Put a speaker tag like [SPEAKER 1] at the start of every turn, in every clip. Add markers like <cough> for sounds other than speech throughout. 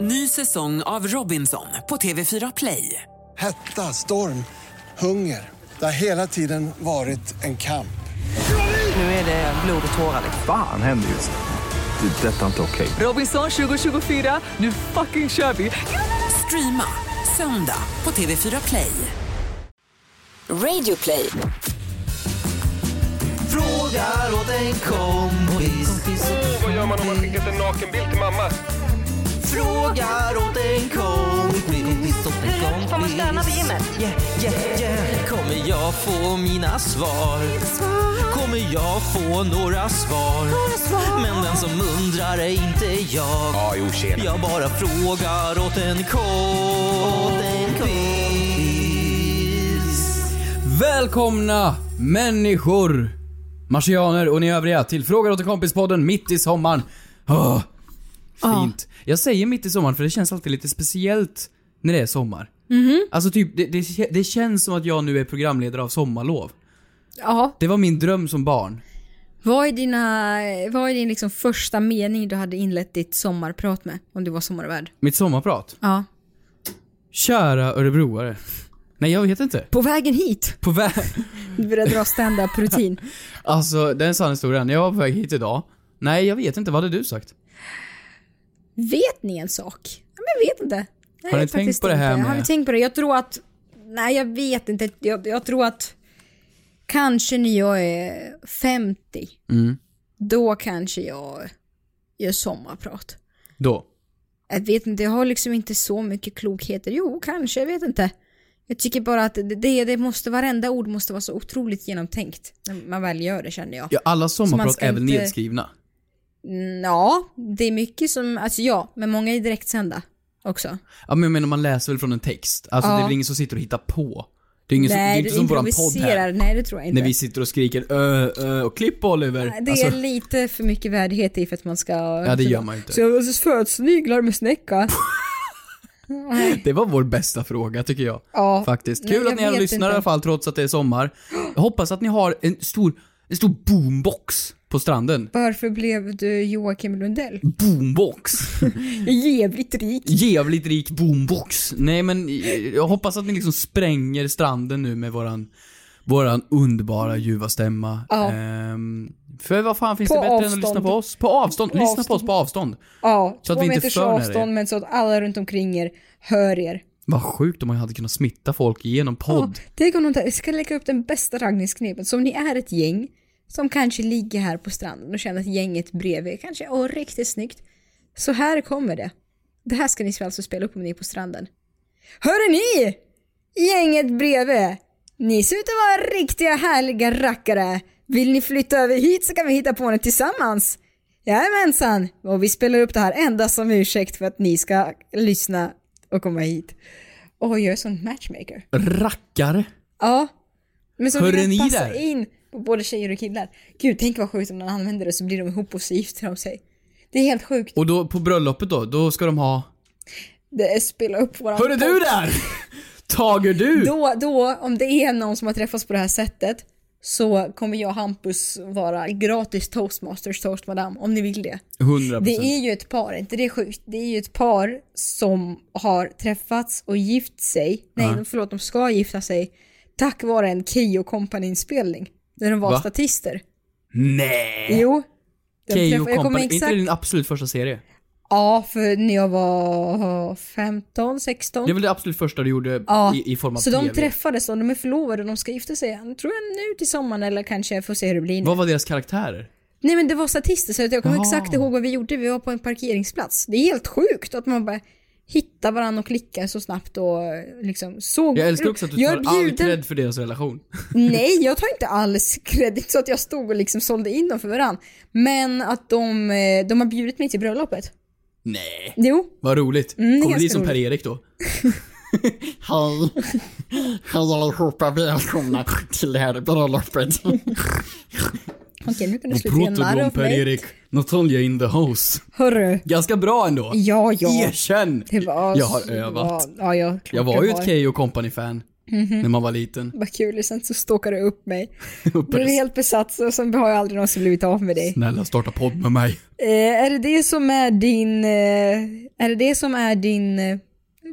[SPEAKER 1] Ny säsong av Robinson på TV4 Play.
[SPEAKER 2] Hetta, storm, hunger. Det har hela tiden varit en kamp.
[SPEAKER 1] Nu är det blod och tårar. liksom.
[SPEAKER 3] Fan händer just nu. Det. är Detta är inte okej.
[SPEAKER 1] Robinson 2024, nu fucking kör vi! Streama söndag på TV4 Play.
[SPEAKER 4] Radio play.
[SPEAKER 5] Frågar åt en kompis.
[SPEAKER 6] Vad gör man om man skickat en nakenbild till mamma?
[SPEAKER 5] Frågar åt en kompis. åt en
[SPEAKER 7] Hur högt får man
[SPEAKER 5] kompis.
[SPEAKER 7] stöna vid gymmet?
[SPEAKER 5] Yeah, yeah, yeah. Kommer jag få mina svar? Kommer jag få några svar? Men den som undrar är inte jag.
[SPEAKER 6] Ja, jo, tjena.
[SPEAKER 5] Jag bara frågar åt en kompis.
[SPEAKER 8] Välkomna människor, marsianer och ni övriga till Frågar åt en kompis-podden mitt i sommaren. Åh, fint. Jag säger mitt i sommaren för det känns alltid lite speciellt när det är sommar.
[SPEAKER 9] Mhm.
[SPEAKER 8] Alltså typ, det, det, det känns som att jag nu är programledare av sommarlov.
[SPEAKER 9] Ja,
[SPEAKER 8] Det var min dröm som barn.
[SPEAKER 9] vad är, dina, vad är din liksom första mening du hade inlett ditt sommarprat med? Om du var sommarvärd.
[SPEAKER 8] Mitt sommarprat.
[SPEAKER 9] Ja.
[SPEAKER 8] Kära örebroare. Nej, jag vet inte.
[SPEAKER 9] På vägen hit!
[SPEAKER 8] På väg...
[SPEAKER 9] Du började dra stand-up rutin.
[SPEAKER 8] <laughs> Alltså, det är en sann historia. Jag var på väg hit idag. Nej, jag vet inte. Vad hade du sagt?
[SPEAKER 9] <laughs> Vet ni en sak? Ja, men jag vet inte. Nej,
[SPEAKER 8] Har ni
[SPEAKER 9] jag
[SPEAKER 8] tänkt
[SPEAKER 9] faktiskt
[SPEAKER 8] på det här
[SPEAKER 9] inte. Har
[SPEAKER 8] med-
[SPEAKER 9] ni tänkt på det? Jag tror att... Nej, jag vet inte. Jag, jag tror att kanske när jag är 50,
[SPEAKER 8] Mm.
[SPEAKER 9] då kanske jag gör sommarprat.
[SPEAKER 8] Då.
[SPEAKER 9] Jag vet inte, jag har liksom inte så mycket klokheter. Jo, kanske, jag vet inte. Jag tycker bara att det, det, det måste, varenda ord måste vara så otroligt genomtänkt. När man väl gör det känner jag.
[SPEAKER 8] Ja, alla sommarprat
[SPEAKER 9] ska
[SPEAKER 8] är väl
[SPEAKER 9] inte-
[SPEAKER 8] nedskrivna?
[SPEAKER 9] Mm, ja, det är mycket som, alltså ja, men många är direktsända också.
[SPEAKER 8] Ja men jag menar man läser väl från en text? Alltså
[SPEAKER 9] Ja.
[SPEAKER 8] det är väl ingen som sitter och hittar på? Det är, ingen som, det är
[SPEAKER 9] Nej,
[SPEAKER 8] inte
[SPEAKER 9] du
[SPEAKER 8] som våran podd
[SPEAKER 9] improviserar,
[SPEAKER 8] här.
[SPEAKER 9] nej det tror jag inte.
[SPEAKER 8] När vi sitter och skriker ö, ö och klipp Oliver.
[SPEAKER 9] Nej, Det är
[SPEAKER 8] alltså,
[SPEAKER 9] lite för mycket värdighet i för att man ska...
[SPEAKER 8] Ja, det gör man ju inte.
[SPEAKER 9] Så jag födsniglar med snäcka. nej.
[SPEAKER 8] det var vår bästa fråga tycker jag.
[SPEAKER 9] Ja.
[SPEAKER 8] Faktiskt.
[SPEAKER 9] Nej,
[SPEAKER 8] Kul
[SPEAKER 9] jag
[SPEAKER 8] att ni ändå
[SPEAKER 9] vet
[SPEAKER 8] lyssnar i
[SPEAKER 9] inte.
[SPEAKER 8] alla fall trots att det är sommar. Jag hoppas att ni har en stor, en stor boombox på stranden.
[SPEAKER 9] Varför blev du Joakim Lundell?
[SPEAKER 8] Boombox.
[SPEAKER 9] Jävligt rik.
[SPEAKER 8] Jävligt rik boombox. Nej men eh, jag hoppas att ni liksom spränger stranden nu med våran Våran underbara ljuva stämma.
[SPEAKER 9] Ja.
[SPEAKER 8] Ehm, för vad fan finns
[SPEAKER 9] På
[SPEAKER 8] det bättre än att
[SPEAKER 9] avstånd.
[SPEAKER 8] lyssna på oss? På avstånd!
[SPEAKER 9] På
[SPEAKER 8] lyssna på
[SPEAKER 9] avstånd.
[SPEAKER 8] oss på avstånd.
[SPEAKER 9] Ja,
[SPEAKER 8] Så att
[SPEAKER 9] två
[SPEAKER 8] vi inte
[SPEAKER 9] meters
[SPEAKER 8] för nära er.
[SPEAKER 9] avstånd men så att alla runt omkring er hör er.
[SPEAKER 8] Vad sjukt om man hade kunnat smitta folk genom podd.
[SPEAKER 9] Ja, Tänk om de tar, vi ska lägga upp den bästa raggningsknepet. Så om ni är ett gäng som kanske ligger här på stranden och känner att gänget bredvid er kanske, åh riktigt snyggt. Så här kommer det. Det här ska ni alltså spela upp om ni är på stranden. Hörru ni! Gänget bredvid! Ni ser ut att vara riktiga härliga rackare. Vill ni flytta över hit så kan vi hitta på något tillsammans. Jajamensan! Och vi spelar upp det här endast som ursäkt för att ni ska lyssna och komma hit. Och jag är sån matchmaker.
[SPEAKER 8] Rackare.
[SPEAKER 9] Ja. Men som
[SPEAKER 8] Hörde
[SPEAKER 9] Hörde
[SPEAKER 8] ni
[SPEAKER 9] passa
[SPEAKER 8] där?
[SPEAKER 9] in på både tjejer och killar. Gud, tänk vad sjukt om någon använder det så blir de ihop och så gifter de sig. Det är helt sjukt.
[SPEAKER 8] Och då på bröllopet då, då ska de ha...
[SPEAKER 9] Det är spela upp våran
[SPEAKER 8] Hörru du där! Tager du!
[SPEAKER 9] Då, då, om det är någon som har träffats på det här sättet så kommer jag och Hampus vara gratis toastmasters toast madame om ni vill det.
[SPEAKER 8] 100%.
[SPEAKER 9] Det är ju ett par, inte det är sjukt. Det är ju ett par som har träffats och gift sig. Nej, förlåt, de ska gifta sig tack vare en Keyyo Company-inspelning. När de var
[SPEAKER 8] Va?
[SPEAKER 9] statister.
[SPEAKER 8] Nej!
[SPEAKER 9] Jo. De
[SPEAKER 8] Eh, Keyyo
[SPEAKER 9] träffade- jag kommer
[SPEAKER 8] Company, inte
[SPEAKER 9] exakt...
[SPEAKER 8] det din absolut första serie?
[SPEAKER 9] Ja, för när jag var 15, 16.
[SPEAKER 8] Det är väl det absolut första du gjorde
[SPEAKER 9] Ja,
[SPEAKER 8] i, i form av
[SPEAKER 9] så de
[SPEAKER 8] TV?
[SPEAKER 9] träffades och de är förlovade och de ska gifta sig igen. Tror jag nu till sommaren eller kanske, jag får se hur det blir nu.
[SPEAKER 8] Vad var deras karaktärer?
[SPEAKER 9] Nej men det var statister så att jag kommer
[SPEAKER 8] Jaha.
[SPEAKER 9] exakt ihåg vad vi gjorde. Vi var på en parkeringsplats. Det är helt sjukt att man bara hittar varandra och klickar så snabbt och liksom såg...
[SPEAKER 8] Jag älskar också att du
[SPEAKER 9] Jag
[SPEAKER 8] tar all
[SPEAKER 9] bjuden-
[SPEAKER 8] cred <laughs> för
[SPEAKER 10] <laughs>
[SPEAKER 8] deras relation.
[SPEAKER 9] Nej, jag tar inte alls kredit så att jag stod och liksom sålde in dem för varandra. Men att de, eh, de har bjudit mig till bröllopet.
[SPEAKER 8] Nej.
[SPEAKER 9] Jo,
[SPEAKER 8] Vad roligt.
[SPEAKER 9] Mm, det är
[SPEAKER 8] Kommer bli
[SPEAKER 9] ganska roligt.
[SPEAKER 8] som Per-Erik då?
[SPEAKER 10] <laughs> Hej! Hej allihopa, välkomna till det här
[SPEAKER 9] <laughs>
[SPEAKER 10] bröllopet.
[SPEAKER 9] okej nu kan du sluta göra narr av mig.
[SPEAKER 8] Natalia in the house.
[SPEAKER 9] Hörru.
[SPEAKER 8] Ganska bra ändå.
[SPEAKER 9] Ja, ja.
[SPEAKER 8] Erkänn!
[SPEAKER 9] Det var,
[SPEAKER 8] jag har övat.
[SPEAKER 9] Ja, ja, klart
[SPEAKER 8] Jag var
[SPEAKER 9] du
[SPEAKER 8] ju
[SPEAKER 9] har.
[SPEAKER 8] ett Keyyo Company-fan.
[SPEAKER 9] Mhm.
[SPEAKER 8] När man var liten.
[SPEAKER 9] Vad kul, och sen så stalkar du upp
[SPEAKER 8] <laughs>
[SPEAKER 9] mig. Blev
[SPEAKER 8] Precis.
[SPEAKER 9] helt besatt och sen har jag aldrig någonsin blivit av med dig.
[SPEAKER 8] Snälla starta podd med mig.
[SPEAKER 9] Eh, är det det som är din, eh, är det det som är din eh,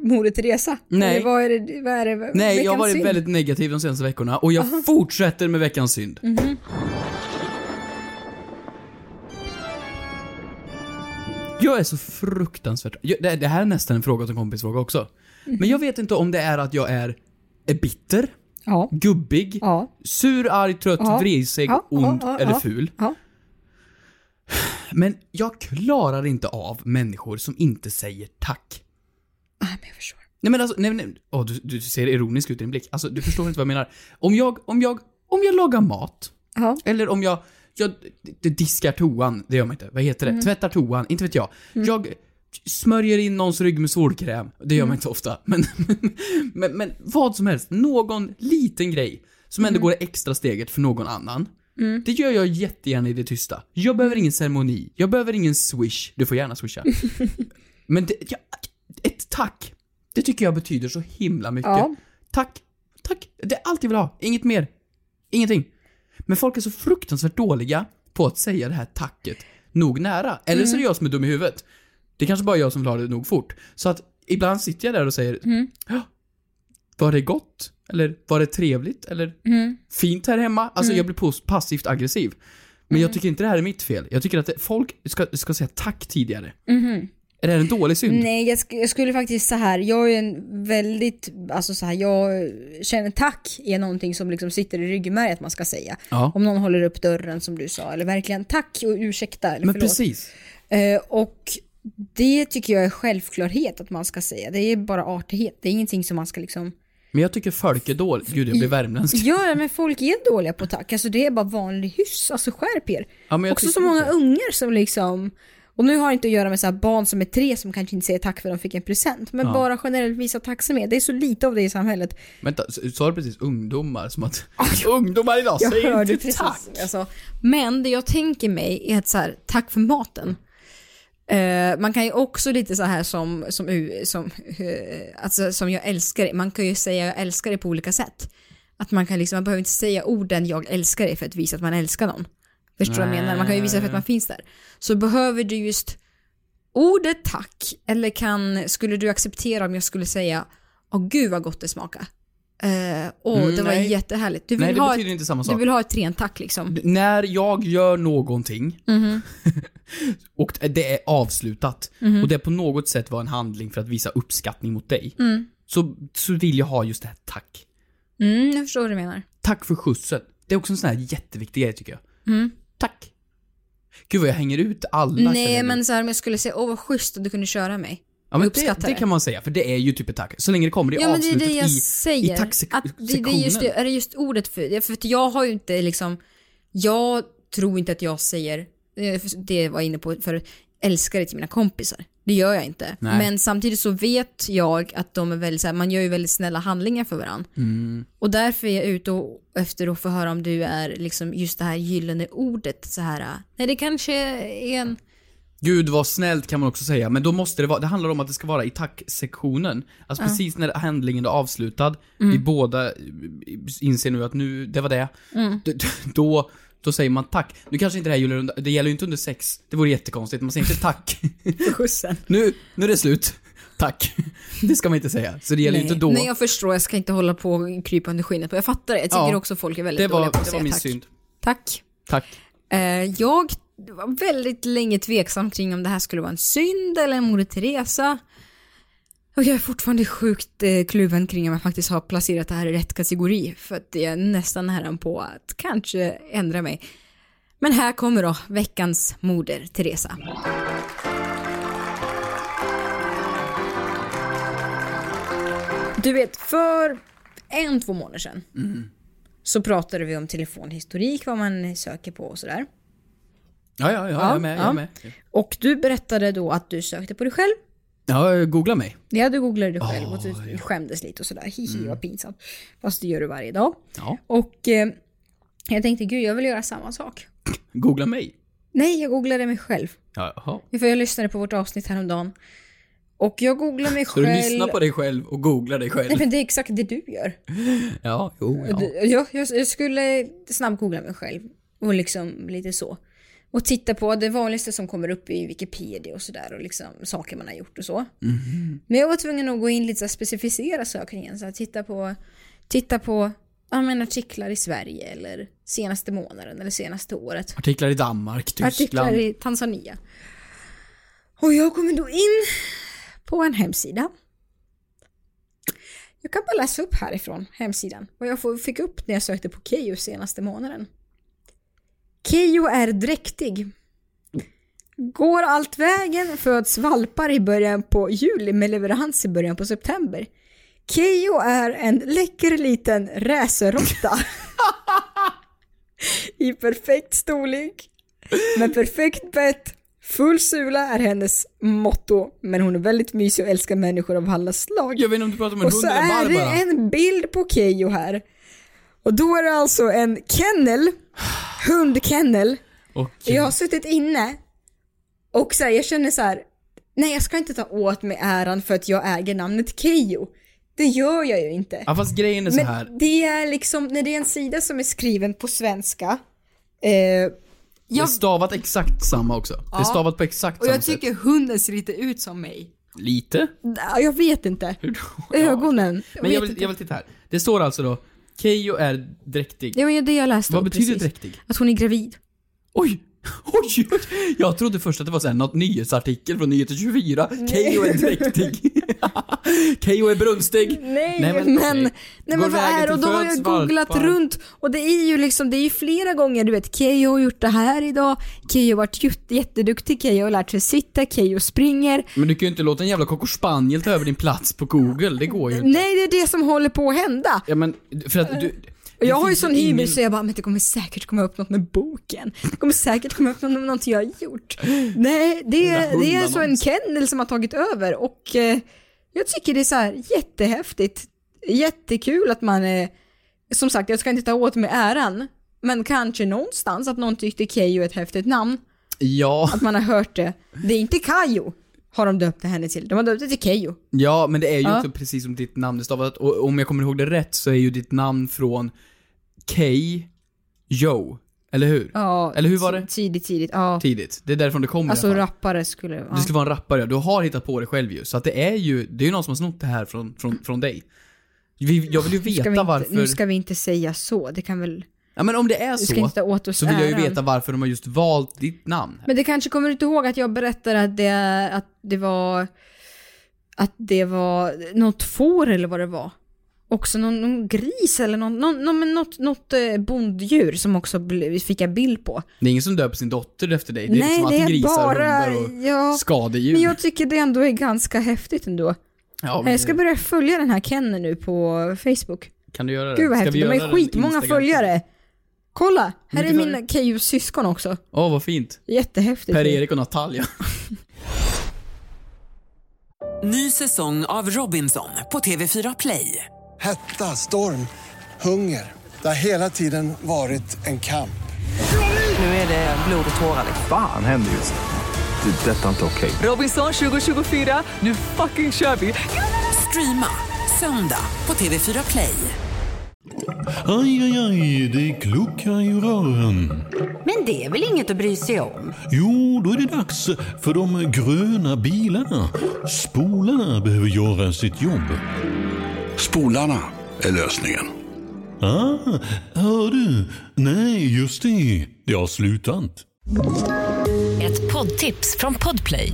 [SPEAKER 9] Moder Teresa?
[SPEAKER 8] Nej.
[SPEAKER 9] Eller vad är det, vad är det, vad-
[SPEAKER 8] Nej, jag har
[SPEAKER 9] veckans
[SPEAKER 8] varit
[SPEAKER 9] synd?
[SPEAKER 8] väldigt negativ de senaste veckorna och
[SPEAKER 9] <laughs>
[SPEAKER 8] jag fortsätter med veckans synd.
[SPEAKER 9] Mhm.
[SPEAKER 8] Jag är så fruktansvärt... Jag, det, det här är nästan en fråga till en kompisfråga också.
[SPEAKER 9] Mhm.
[SPEAKER 8] Men jag vet inte om det är att jag är, är bitter,
[SPEAKER 9] Ja.
[SPEAKER 8] gubbig,
[SPEAKER 9] Ja.
[SPEAKER 8] sur, arg, trött,
[SPEAKER 9] Ja.
[SPEAKER 8] vresig,
[SPEAKER 9] Ja, ja,
[SPEAKER 8] ond
[SPEAKER 9] ja,
[SPEAKER 8] eller
[SPEAKER 9] ja.
[SPEAKER 8] ful.
[SPEAKER 9] Ja.
[SPEAKER 8] Men jag klarar inte av människor som inte säger tack.
[SPEAKER 9] Ah, men jag förstår.
[SPEAKER 8] Nej men alltså, nej, nej. Åh, du, du ser ironisk ut i din blick. Alltså, du förstår inte vad jag menar. Om jag, om jag, om jag lagar mat,
[SPEAKER 9] Ja.
[SPEAKER 8] eller om jag, jag d- d- diskar toan, det gör man inte, vad heter det? Tvättar toan, inte vet jag. Jag smörjer in någons rygg med svorkräm, det gör man inte ofta. <laughs> Men, men, men vad som helst, någon liten grej som ändå går det extra steget för någon annan. Det gör jag jättegärna i det tysta. Jag behöver ingen ceremoni, jag behöver ingen swish, du får gärna swisha. men det, jag, ett tack, det tycker jag betyder så himla mycket.
[SPEAKER 9] Ja.
[SPEAKER 8] Tack, tack, det är allt jag vill ha, inget mer. Ingenting. Men folk är så fruktansvärt dåliga på att säga det här tacket nog nära. Eller
[SPEAKER 9] Mm.
[SPEAKER 8] så är det jag som är dum i huvudet. Det är kanske bara jag som vill ha det nog fort. Så att ibland sitter jag där och säger
[SPEAKER 9] Mm.
[SPEAKER 8] "Ja, Var det gott? Eller var det trevligt? Eller
[SPEAKER 9] Mm.
[SPEAKER 8] fint här hemma? Alltså jag blir pos- passivt aggressiv. Men
[SPEAKER 9] Mm.
[SPEAKER 8] jag tycker inte det här är mitt fel. Jag tycker att det, folk ska, ska säga tack tidigare. Är det här en dålig synd?
[SPEAKER 9] Mm-hmm. Nej, jag, sk- jag skulle faktiskt så här. jag är en väldigt, alltså så här, jag känner tack är någonting som liksom sitter i ryggmärgen att man ska säga.
[SPEAKER 8] Ja.
[SPEAKER 9] Om någon håller upp dörren som du sa, eller verkligen tack och ursäkta, eller
[SPEAKER 8] Men
[SPEAKER 9] förlåt.
[SPEAKER 8] precis.
[SPEAKER 9] Eh, och det tycker jag är självklarhet att man ska säga. Det är bara artighet. Det är ingenting som man ska liksom...
[SPEAKER 8] Men jag tycker folk är dåliga. Gud, jag blir värmländsk.
[SPEAKER 9] Ja, men folk är dåliga på tack. Alltså det är bara vanlig hyfs. Alltså skärp er.
[SPEAKER 8] Ja, men jag
[SPEAKER 9] Också
[SPEAKER 8] tycker
[SPEAKER 9] så många
[SPEAKER 8] inte.
[SPEAKER 9] ungar som liksom... Och nu har det inte att göra med så här barn som är tre som kanske inte säger tack för att de fick en present. Men bara generellt visa tacksamhet. Det är så lite av det i samhället.
[SPEAKER 8] Vänta, s- sa du precis ungdomar? Som att <laughs> ungdomar idag
[SPEAKER 9] Jag
[SPEAKER 8] säger
[SPEAKER 9] hörde
[SPEAKER 8] inte
[SPEAKER 9] precis.
[SPEAKER 8] tack.
[SPEAKER 9] Alltså, men det jag tänker mig är att så här, tack för maten. Eh, man kan ju också lite så här som, som, u- som, eh, alltså, som jag älskar dig, man kan ju säga jag älskar dig på olika sätt. Att man kan liksom, man behöver inte säga orden jag älskar dig för att visa att man älskar någon. Förstår du vad jag menar? Man kan ju visa för att man finns där. Så behöver du just ordet tack, eller kan, skulle du acceptera om jag skulle säga åh gud vad gott det smakar. Eh, Åh,
[SPEAKER 8] Mm,
[SPEAKER 9] det var
[SPEAKER 8] nej.
[SPEAKER 9] jättehärligt. Du vill
[SPEAKER 8] Nej, det
[SPEAKER 9] ha
[SPEAKER 8] betyder inte samma
[SPEAKER 9] du
[SPEAKER 8] sak.
[SPEAKER 9] vill ha ett rent tack liksom.
[SPEAKER 8] D- När jag gör någonting
[SPEAKER 9] Mhm.
[SPEAKER 8] <laughs> och det är avslutat
[SPEAKER 9] Mhm.
[SPEAKER 8] och det på något sätt var en handling för att visa uppskattning mot dig. Så, så vill jag ha just det här tack.
[SPEAKER 9] Mm, jag förstår vad du menar.
[SPEAKER 8] Tack för skjutsen. Det är också en sån här jätteviktig grej tycker jag. Tack. Gud vad jag hänger ut alla. känner
[SPEAKER 9] Mm. Nej,
[SPEAKER 8] jag nu.
[SPEAKER 9] men så här om jag skulle säga åh vad schysst att du kunde köra mig.
[SPEAKER 8] ja, men det,
[SPEAKER 9] uppskattar
[SPEAKER 8] det
[SPEAKER 9] det.
[SPEAKER 8] kan man säga, för det är ju typ ett tack. Så länge det kommer i
[SPEAKER 9] Ja men det är
[SPEAKER 8] avslutet
[SPEAKER 9] det jag
[SPEAKER 8] i,
[SPEAKER 9] säger.
[SPEAKER 8] i tacksektionen.
[SPEAKER 9] att det, det är, just, det- är det just ordet för, det- för att jag har ju inte liksom, jag tror inte att jag säger, eh, för- det var jag inne på för älskar dig till mina kompisar. Det gör jag inte.
[SPEAKER 8] Nej.
[SPEAKER 9] Men samtidigt så vet jag att de är väldigt så här, man gör ju väldigt snälla handlingar för varandra.
[SPEAKER 8] Mm.
[SPEAKER 9] Och därför är jag ute och, efter att få höra om du är liksom just det här gyllene ordet så här, eh, nej det kanske är en
[SPEAKER 8] Gud vad snällt kan man också säga, men då måste det vara, det handlar om att det ska vara i tacksektionen. Alltså precis när handlingen är avslutad,
[SPEAKER 9] Mm.
[SPEAKER 8] vi båda eh, inser nu att nu, det var det.
[SPEAKER 9] Mm.
[SPEAKER 8] D- d- Då, då säger man tack. Nu kanske inte det här gäller under, det gäller ju inte under sex, det vore jättekonstigt, man säger
[SPEAKER 9] <laughs>
[SPEAKER 8] inte tack.
[SPEAKER 9] skjutsen.
[SPEAKER 8] nu, nu är det slut. Tack. Det ska man inte säga. Så det gäller ju inte då.
[SPEAKER 9] Nej, jag förstår. Jag ska inte hålla på och krypa under skinnet på. Jag fattar det. Jag tycker
[SPEAKER 8] Ja.
[SPEAKER 9] också folk är väldigt
[SPEAKER 8] det var,
[SPEAKER 9] dåliga på att
[SPEAKER 8] det var
[SPEAKER 9] säga
[SPEAKER 8] min
[SPEAKER 9] tack.
[SPEAKER 8] synd.
[SPEAKER 9] Tack.
[SPEAKER 8] Tack.
[SPEAKER 9] Eh, jag var väldigt länge tveksam kring om det här skulle vara en synd eller en Moder Teresa. Och jag är fortfarande sjukt eh, kluven kring om jag faktiskt har placerat det här i rätt kategori. För att jag är nästan nära på att kanske ändra mig. Men här kommer då veckans Moder Teresa. Du vet, för en, två månader sedan så pratade vi om telefonhistorik, vad man söker på och sådär.
[SPEAKER 8] Ja, ja, ja, jag är med, jag
[SPEAKER 9] ja.
[SPEAKER 8] är med.
[SPEAKER 9] Och du berättade då att du sökte på dig själv.
[SPEAKER 8] Ja, googla mig.
[SPEAKER 9] Ja, du googlade dig själv och
[SPEAKER 8] Ah,
[SPEAKER 9] du skämdes lite och sådär. Hihi,
[SPEAKER 8] Mm.
[SPEAKER 9] vad pinsamt. Fast det gör du varje dag.
[SPEAKER 8] Ja,
[SPEAKER 9] Och eh, jag tänkte, gud, jag vill göra samma sak.
[SPEAKER 8] googla mig.
[SPEAKER 9] Nej, jag googlade mig själv.
[SPEAKER 8] Ja, Jaha.
[SPEAKER 9] För jag lyssnade på vårt avsnitt häromdagen. Och jag googlar mig
[SPEAKER 8] Så
[SPEAKER 9] själv.
[SPEAKER 8] du lyssnar på dig själv och googlar dig
[SPEAKER 9] Nej <laughs>
[SPEAKER 8] själv?
[SPEAKER 9] men det är exakt det du gör.
[SPEAKER 8] Ja, jo, ja.
[SPEAKER 9] Du- Ja, jag, jag skulle snabbt googla mig själv och liksom lite så. Och titta på det vanligaste som kommer upp i Wikipedia och sådär och liksom saker man har gjort och så. Men jag var tvungen att gå in lite så här specificera sökningen. Så här, titta på, titta på ja, men artiklar i Sverige eller senaste månaden eller senaste året.
[SPEAKER 8] Artiklar i Danmark, Tyskland.
[SPEAKER 9] Artiklar i Tanzania. Och jag kommer då in på en hemsida. Jag kan bara läsa upp härifrån hemsidan vad jag får- fick upp när jag sökte på Keyyo senaste månaden. Keyyo är dräktig. Går allt vägen, föds valpar i början på juli med leverans i början på september. Keyyo är en läcker liten racerråtta. I perfekt storlek med perfekt bett. Full sula är hennes motto, men hon är väldigt mysig och älskar människor av alla slag.
[SPEAKER 8] Jag vet inte om du pratar om en
[SPEAKER 9] och
[SPEAKER 8] hund
[SPEAKER 9] så
[SPEAKER 8] eller en
[SPEAKER 9] är
[SPEAKER 8] varg
[SPEAKER 9] det
[SPEAKER 8] bara.
[SPEAKER 9] en bild på Keyyo här. Och då är det alltså en kennel, hundkennel.
[SPEAKER 8] Okej.
[SPEAKER 9] Jag har suttit inne och så här, jag känner så här, nej jag ska inte ta åt mig äran för att jag äger namnet Keyyo. Det gör jag ju inte.
[SPEAKER 8] Ja, fast grejen är så här.
[SPEAKER 9] Men det är liksom, när det är en sida som är skriven på svenska, eh,
[SPEAKER 8] Det är stavat exakt samma också. Det är stavat på exakt
[SPEAKER 9] Och
[SPEAKER 8] samma
[SPEAKER 9] jag tycker hunden ser lite ut som mig.
[SPEAKER 8] sätt. Lite?
[SPEAKER 9] Ja, Jag vet inte.
[SPEAKER 8] Hur då?
[SPEAKER 9] Ögonen.
[SPEAKER 8] Men jag
[SPEAKER 9] vet
[SPEAKER 8] vill,
[SPEAKER 9] inte.
[SPEAKER 8] jag vill titta här. Det står alltså då, Keyyo är dräktig.
[SPEAKER 9] Det var ju det jag läste
[SPEAKER 8] Vad
[SPEAKER 9] om
[SPEAKER 8] betyder
[SPEAKER 9] precis.
[SPEAKER 8] dräktig?
[SPEAKER 9] Att hon är gravid.
[SPEAKER 8] Oj! <laughs> Oj, oj! Jag trodde först att det var så här, något nyhetsartikel från Nyheter 24. Keyyo är dräktig. <laughs> Keyyo är brunstig.
[SPEAKER 9] Nej,
[SPEAKER 8] Nej,
[SPEAKER 9] men,
[SPEAKER 8] men-
[SPEAKER 9] men,
[SPEAKER 8] okej.
[SPEAKER 9] nej,
[SPEAKER 8] Går
[SPEAKER 9] men vad
[SPEAKER 8] vägen
[SPEAKER 9] är
[SPEAKER 8] till
[SPEAKER 9] Och då har jag
[SPEAKER 8] föds
[SPEAKER 9] googlat
[SPEAKER 8] valpar.
[SPEAKER 9] runt och det är ju liksom, det är ju flera gånger du vet, Keyyo har gjort det här idag, Keyyo har varit jätte- jätteduktig, Keyyo har lärt sig sitta, Keyyo springer.
[SPEAKER 8] Men du kan ju inte låta en jävla cocker spaniel ta över din plats på Google, det går ju inte.
[SPEAKER 9] Nej, det är det som håller på att hända.
[SPEAKER 8] Ja men, för att du...
[SPEAKER 9] Och jag
[SPEAKER 8] det
[SPEAKER 9] har ju
[SPEAKER 8] finns
[SPEAKER 9] sån
[SPEAKER 8] ingen-
[SPEAKER 9] hybris så jag bara, men det kommer säkert komma upp något med boken. Det kommer säkert komma upp något med någonting jag har gjort. Nej, det,
[SPEAKER 8] Den där
[SPEAKER 9] är- det är så en
[SPEAKER 8] hundannonsen.
[SPEAKER 9] kennel som har tagit över och eh, jag tycker det är så här jättehäftigt. Jättekul att man, eh, som sagt jag ska inte ta åt mig äran, men kanske någonstans att någon tyckte Keyyo är ett häftigt namn.
[SPEAKER 8] Ja,
[SPEAKER 9] Att man har hört det. Det är inte Kayo har de döpt henne till, de har döpt det till Keyyo.
[SPEAKER 8] ja men det är ju
[SPEAKER 9] Ja.
[SPEAKER 8] också precis som ditt namn är stavat, och om jag kommer ihåg det rätt så är ju ditt namn från Key Joe, eller hur?
[SPEAKER 9] Ja,
[SPEAKER 8] Eller hur var det?
[SPEAKER 9] Tidigt, tidigt. Ja.
[SPEAKER 8] Tidigt. Det är därifrån det kommer i
[SPEAKER 9] Alltså
[SPEAKER 8] alla fall.
[SPEAKER 9] rappare skulle... Ja.
[SPEAKER 8] Du ska vara en rappare, du har hittat på det själv ju. Så att det är ju, det är ju någon som har snott det här från, från, från dig. Vi, jag vill ju
[SPEAKER 9] Ska
[SPEAKER 8] veta
[SPEAKER 9] vi inte,
[SPEAKER 8] varför...
[SPEAKER 9] Nu ska vi inte säga så, det kan väl...
[SPEAKER 8] Ja men om det är
[SPEAKER 9] Vi ska inte ta
[SPEAKER 8] så,
[SPEAKER 9] åt oss
[SPEAKER 8] så vill jag ju
[SPEAKER 9] äran.
[SPEAKER 8] veta varför de har just valt ditt namn.
[SPEAKER 9] Men det kanske kommer du inte ihåg att jag berättade att det, att det var... Att det var något får eller vad det var. Också någon, någon gris eller någon, någon, någon, men något, något eh, bonddjur som också ble, fick jag bild på.
[SPEAKER 8] Det är ingen som döper sin dotter efter dig. Det är
[SPEAKER 9] Nej,
[SPEAKER 8] liksom
[SPEAKER 9] det
[SPEAKER 8] alltid
[SPEAKER 9] är
[SPEAKER 8] grisar,
[SPEAKER 9] bara-
[SPEAKER 8] hundar och
[SPEAKER 9] ja.
[SPEAKER 8] skadedjur.
[SPEAKER 9] Men jag tycker det ändå är ganska häftigt ändå.
[SPEAKER 8] ja, men
[SPEAKER 9] Jag ska börja följa den här kenneln nu på Facebook.
[SPEAKER 8] Kan du göra det?
[SPEAKER 9] Gud vad
[SPEAKER 8] Ska
[SPEAKER 9] häftigt,
[SPEAKER 8] vi
[SPEAKER 9] de
[SPEAKER 8] göra
[SPEAKER 9] är
[SPEAKER 8] den
[SPEAKER 9] skitmånga
[SPEAKER 8] Instagram?
[SPEAKER 9] följare. Kolla, här är
[SPEAKER 8] mycket
[SPEAKER 9] mina Keyyos syskon också.
[SPEAKER 8] Åh vad fint.
[SPEAKER 9] Jättehäftigt.
[SPEAKER 8] Per-Erik och Natalia.
[SPEAKER 1] Ny säsong av Robinson på TV4 Play.
[SPEAKER 2] Hetta, storm, hunger. Det har hela tiden varit en kamp.
[SPEAKER 1] Nu är det blod och tårar.
[SPEAKER 3] Fan händer just det. Det är detta inte okej.
[SPEAKER 1] Robinson 2024, nu fucking kör vi! Streama söndag på TV4 Play.
[SPEAKER 7] Aj, aj, aj, det kluckar i rören.
[SPEAKER 11] Men det är väl inget att bry sig om?
[SPEAKER 7] Jo, då är det dags för de gröna bilarna. Spolarna behöver göra sitt jobb.
[SPEAKER 12] Spolarna är lösningen.
[SPEAKER 7] Ah, hör du? Nej, just det. Det har slutat.
[SPEAKER 4] Ett poddtips från Podplay.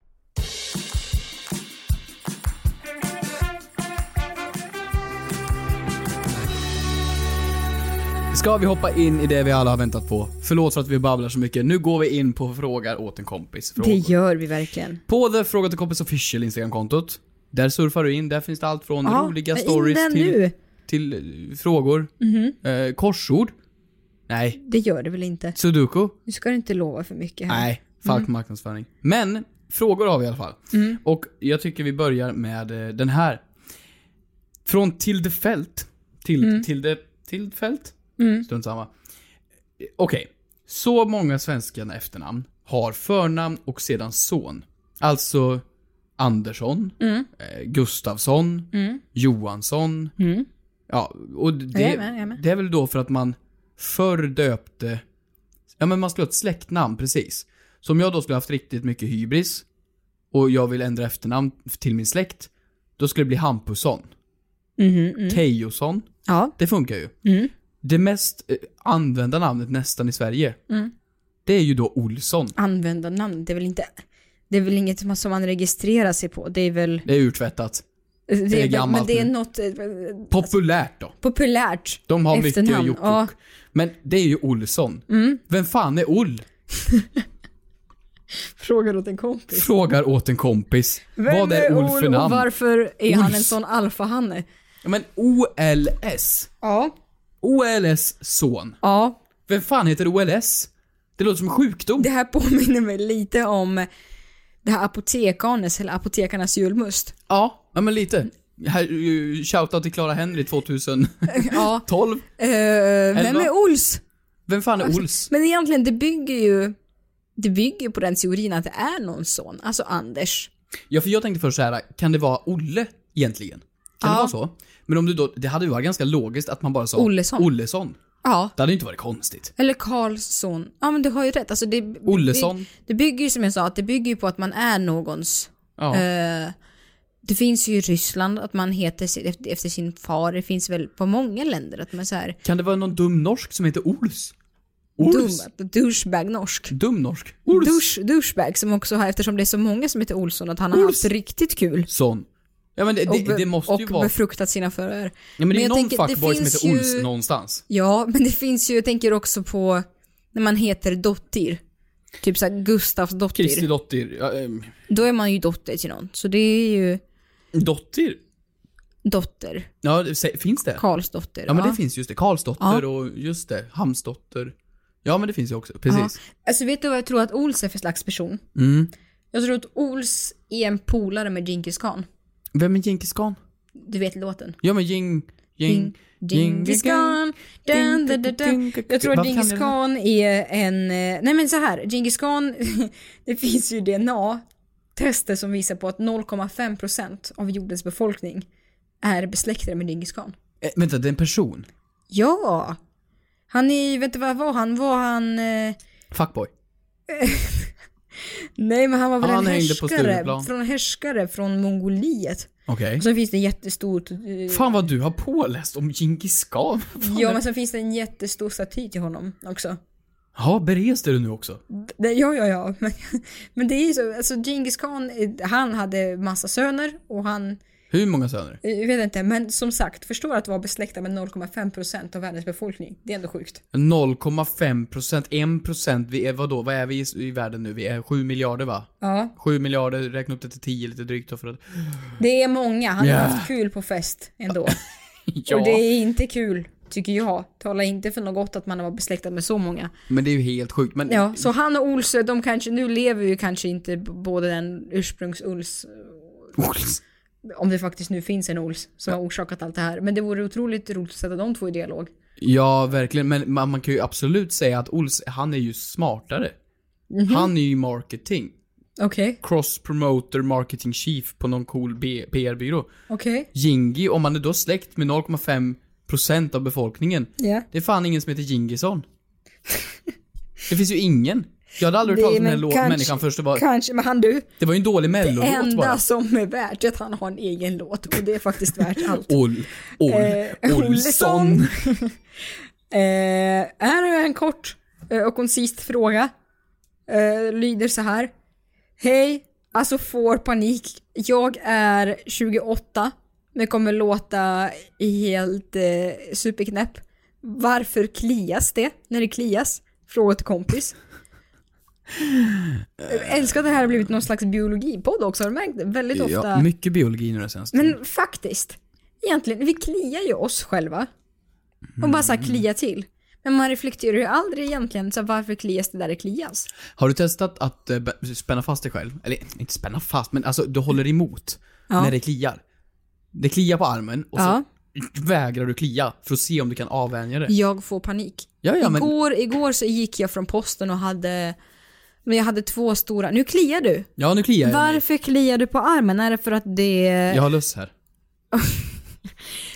[SPEAKER 8] Ska vi hoppa in i det vi alla har väntat på? Förlåt för att vi babblar så mycket. Nu går vi in på frågar åt en kompis. Frågor.
[SPEAKER 9] Det gör vi verkligen.
[SPEAKER 8] På the Fråga till kompis official Instagram-kontot Där surfar du in, där finns det allt från
[SPEAKER 9] Ja,
[SPEAKER 8] roliga
[SPEAKER 9] men in
[SPEAKER 8] stories
[SPEAKER 9] där
[SPEAKER 8] till,
[SPEAKER 9] nu.
[SPEAKER 8] till eh, frågor.
[SPEAKER 9] Mhm.
[SPEAKER 8] Eh, korsord? Nej.
[SPEAKER 9] Det gör det väl inte?
[SPEAKER 8] Sudoku?
[SPEAKER 9] Nu ska du inte lova för mycket här.
[SPEAKER 8] Nej. Falk
[SPEAKER 9] Mm.
[SPEAKER 8] marknadsföring. Men, frågor har vi i alla fall.
[SPEAKER 9] Mm.
[SPEAKER 8] Och jag tycker vi börjar med eh, den här. Från Tilde Fält. Till,
[SPEAKER 9] Mm.
[SPEAKER 8] Tilde... Tilde Fält?
[SPEAKER 9] Mm.
[SPEAKER 8] Strunt samma. Eh, Okej. Så många svenska efternamn har förnamn och sedan son. Alltså Andersson,
[SPEAKER 9] Mm.
[SPEAKER 8] eh, Gustafsson,
[SPEAKER 9] Mm.
[SPEAKER 8] Johansson.
[SPEAKER 9] Mm.
[SPEAKER 8] Ja, och det,
[SPEAKER 9] Jag är med, jag är med.
[SPEAKER 8] det är väl då för att man förr döpte... Ja, men man skulle ha ett släktnamn, precis. Så om jag då skulle haft riktigt mycket hybris och jag vill ändra efternamn till min släkt, då skulle det bli Hampusson.
[SPEAKER 9] Mhm, mm.
[SPEAKER 8] Keyosson.
[SPEAKER 9] Ja.
[SPEAKER 8] Det funkar ju.
[SPEAKER 9] Mm.
[SPEAKER 8] Det mest eh, använda namnet nästan i Sverige,
[SPEAKER 9] Mm.
[SPEAKER 8] det är ju då Olsson.
[SPEAKER 9] Användarnamn, det är väl inte... Det är väl inget som man- som man registrerar sig på? Det är väl...
[SPEAKER 8] Det är urtvättat.
[SPEAKER 9] Det är,
[SPEAKER 8] Det är
[SPEAKER 9] väl- Men
[SPEAKER 8] gammalt
[SPEAKER 9] det är
[SPEAKER 8] nu.
[SPEAKER 9] något eh,
[SPEAKER 8] Populärt då.
[SPEAKER 9] populärt
[SPEAKER 8] De har mycket
[SPEAKER 9] efternamn.
[SPEAKER 8] jokk
[SPEAKER 9] Ja.
[SPEAKER 8] Men det är ju Olsson.
[SPEAKER 9] Mm.
[SPEAKER 8] Vem fan är Oll?
[SPEAKER 9] Frågar åt en kompis.
[SPEAKER 8] Frågar åt en kompis. Vad är Oll för
[SPEAKER 9] och
[SPEAKER 8] namn?
[SPEAKER 9] varför är han
[SPEAKER 8] Ulf.
[SPEAKER 9] en sån alfahanne?
[SPEAKER 8] Ja, Men OLS.
[SPEAKER 9] Ja.
[SPEAKER 8] OLS son.
[SPEAKER 9] Ja.
[SPEAKER 8] Vem fan heter OLS? Det låter som en sjukdom.
[SPEAKER 9] Det här påminner mig lite om det här apotekarnes eller apotekarnas julmust.
[SPEAKER 8] Ja, ja men lite. Här, eh, Shoutout till Clara Henry 2012.
[SPEAKER 9] <laughs> Ja. Eh, vem
[SPEAKER 8] Elva.
[SPEAKER 9] är Ols?
[SPEAKER 8] Vem fan är Ols?
[SPEAKER 9] Men egentligen, det bygger ju det bygger ju på den teorin att det är någon son, alltså Anders.
[SPEAKER 8] Ja, för jag tänkte först så här, kan det vara Olle egentligen? Kan det
[SPEAKER 9] Ja.
[SPEAKER 8] vara så? Men om du då, det hade ju varit ganska logiskt att man bara sa
[SPEAKER 9] Ollesson.
[SPEAKER 8] Ollesson.
[SPEAKER 9] Ja.
[SPEAKER 8] Det hade ju inte varit konstigt.
[SPEAKER 9] Eller Karlsson. Ja men du har ju rätt. Alltså det,
[SPEAKER 8] Ollesson.
[SPEAKER 9] Det, det bygger ju som jag sa, att det bygger ju på att man är någons.
[SPEAKER 8] Ja.
[SPEAKER 9] Eh, det finns ju i Ryssland att man heter si- efter- efter sin far. Det finns väl på många länder att man så här
[SPEAKER 8] Kan det vara någon dum norsk som heter Ols?
[SPEAKER 9] dum,
[SPEAKER 8] Ols?
[SPEAKER 9] douchebag norsk.
[SPEAKER 8] Dum norsk? Ols?
[SPEAKER 9] Douche, douchebag som också har, eftersom det är så många som heter Olsson, att han har
[SPEAKER 8] Ols.
[SPEAKER 9] haft riktigt kul.
[SPEAKER 8] Sån. Ja men det,
[SPEAKER 9] Och
[SPEAKER 8] det,
[SPEAKER 9] be-
[SPEAKER 8] det måste ju
[SPEAKER 9] och
[SPEAKER 8] vara...
[SPEAKER 9] befruktat sina förare.
[SPEAKER 8] Ja, men det är någon
[SPEAKER 9] tänker,
[SPEAKER 8] fuckboy som
[SPEAKER 9] finns
[SPEAKER 8] heter Ols
[SPEAKER 9] ju-
[SPEAKER 8] någonstans.
[SPEAKER 9] Ja, men det finns ju, jag tänker också på när man heter dotter. Typ såhär Gustavs dotter.
[SPEAKER 8] Kristi Dotter. Ja, ehm,
[SPEAKER 9] Då är man ju dotter till någon. Så det är ju
[SPEAKER 8] dotter?
[SPEAKER 9] dotter.
[SPEAKER 8] Ja, det- se- finns det?
[SPEAKER 9] Karls dotter.
[SPEAKER 8] Ja men det finns just det. Karlsdotter
[SPEAKER 9] Ja.
[SPEAKER 8] och just det, Hamsdotter. Ja men det finns ju också, precis.
[SPEAKER 9] Alltså vet du vad jag tror att Ols är för slags person?
[SPEAKER 8] Mm.
[SPEAKER 9] Jag tror att Ols är en polare med Djingis Khan.
[SPEAKER 8] Vem är Djingis Khan?
[SPEAKER 9] Du vet låten?
[SPEAKER 8] Ja men Jing... Jing...
[SPEAKER 9] Djingis Khan. Dun, dun, dun, dun. Jag tror att
[SPEAKER 8] Varför kan
[SPEAKER 9] Djingis
[SPEAKER 8] jag-
[SPEAKER 9] Khan är en... eh, Nej men så här, Djingis Khan, <laughs> det finns ju DNA tester som visar på att 0,5% av jordens befolkning är besläktade med Djingis Khan.
[SPEAKER 8] Eh, vänta, det är en person?
[SPEAKER 9] Ja! Han är, vet du vad var han? Var han... Eh,
[SPEAKER 8] Fuckboy?
[SPEAKER 9] nej men han var väl
[SPEAKER 8] Han
[SPEAKER 9] en
[SPEAKER 8] hängde på
[SPEAKER 9] härskare
[SPEAKER 8] Stureplan.
[SPEAKER 9] från, härskare från Mongoliet.
[SPEAKER 8] Okej.
[SPEAKER 9] Och sen finns det en jättestor... eh,
[SPEAKER 8] Fan vad du har påläst om Djingis Khan. <laughs> Fan,
[SPEAKER 9] ja
[SPEAKER 8] det-
[SPEAKER 9] men sen finns det en jättestor staty till honom också.
[SPEAKER 8] Ja, bereste du nu också?
[SPEAKER 9] Det, ja, ja, ja. <laughs> Men, men det är ju så, alltså Djingis Khan, eh, han hade massa söner och han,
[SPEAKER 8] Hur många söner?
[SPEAKER 9] eh, jag vet inte, men som sagt, förstår att vara besläktad med 0,5% av världens befolkning. Det är ändå sjukt.
[SPEAKER 8] 0,5%, 1%, vi är vadå, vad är vi i, i världen nu? Vi är 7 miljarder va?
[SPEAKER 9] Ja,
[SPEAKER 8] 7 miljarder, räkna upp det till 10 lite drygt då för att...
[SPEAKER 9] det är många. Han
[SPEAKER 8] Ja.
[SPEAKER 9] har haft kul på fest ändå.
[SPEAKER 8] Ja,
[SPEAKER 9] Och det är inte kul, tycker jag. Tala inte för något gott att man var besläktad med så många.
[SPEAKER 8] men det är ju helt sjukt. Men
[SPEAKER 9] Ja, så han och Olsö, de kanske, nu lever ju kanske inte b- både den ursprungs-Ols,
[SPEAKER 8] Ols.
[SPEAKER 9] om det faktiskt nu finns en Ols som har orsakat allt det här. Men det vore otroligt roligt att sätta de två i dialog.
[SPEAKER 8] Ja, verkligen. Men man, man kan ju absolut säga att Ols, han är ju smartare.
[SPEAKER 9] Mhm.
[SPEAKER 8] Han är ju marketing.
[SPEAKER 9] Okej,
[SPEAKER 8] Cross-promoter marketing chief på någon cool B- PR-byrå.
[SPEAKER 9] okej.
[SPEAKER 8] Jingi, om man är då släkt med 0,5% av befolkningen.
[SPEAKER 9] Ja.
[SPEAKER 8] Det är fan ingen som heter Jingisson. det finns ju ingen. Jag hade aldrig hört talas om den här lå- människan först. Det var,
[SPEAKER 9] Kanske, men han du,
[SPEAKER 8] det var ju en dålig
[SPEAKER 9] det
[SPEAKER 8] mellolåt
[SPEAKER 9] enda
[SPEAKER 8] bara.
[SPEAKER 9] som är värt är att han har en egen låt och det är faktiskt värt allt.
[SPEAKER 8] Oll, Oll,
[SPEAKER 9] Eh,
[SPEAKER 8] Olsson.
[SPEAKER 9] <laughs> Eh, här har jag en kort eh, och koncist fråga. Eh, lyder så här. Hej, alltså får panik. Jag är 28, men kommer låta helt eh,
[SPEAKER 8] <laughs>
[SPEAKER 9] superknäpp. Varför klias det när det klias? Fråga till kompis. Jag älskar att det här har blivit någon slags biologipodd också, har du märkt det? Väldigt ofta.
[SPEAKER 8] Mycket biologi nu det senaste.
[SPEAKER 9] Men faktiskt, egentligen, vi kliar ju oss själva. Och bara så här kliar till. Men man reflekterar ju aldrig egentligen, så här, varför klias det där det klias?
[SPEAKER 8] Har du testat att eh, be- spänna fast dig själv? Eller inte spänna fast, men alltså du håller emot
[SPEAKER 9] Ja.
[SPEAKER 8] när det kliar. Det kliar på armen och
[SPEAKER 9] Ja.
[SPEAKER 8] så vägrar du klia för att se om du kan avvänja det.
[SPEAKER 9] Jag får panik.
[SPEAKER 8] Ja, ja, men-
[SPEAKER 9] igår, igår så gick jag från posten och hade, men jag hade två stora, nu kliar du.
[SPEAKER 8] Ja, nu kliar jag.
[SPEAKER 9] Varför kliar du på armen? Är det för att det...
[SPEAKER 8] Jag har lust här.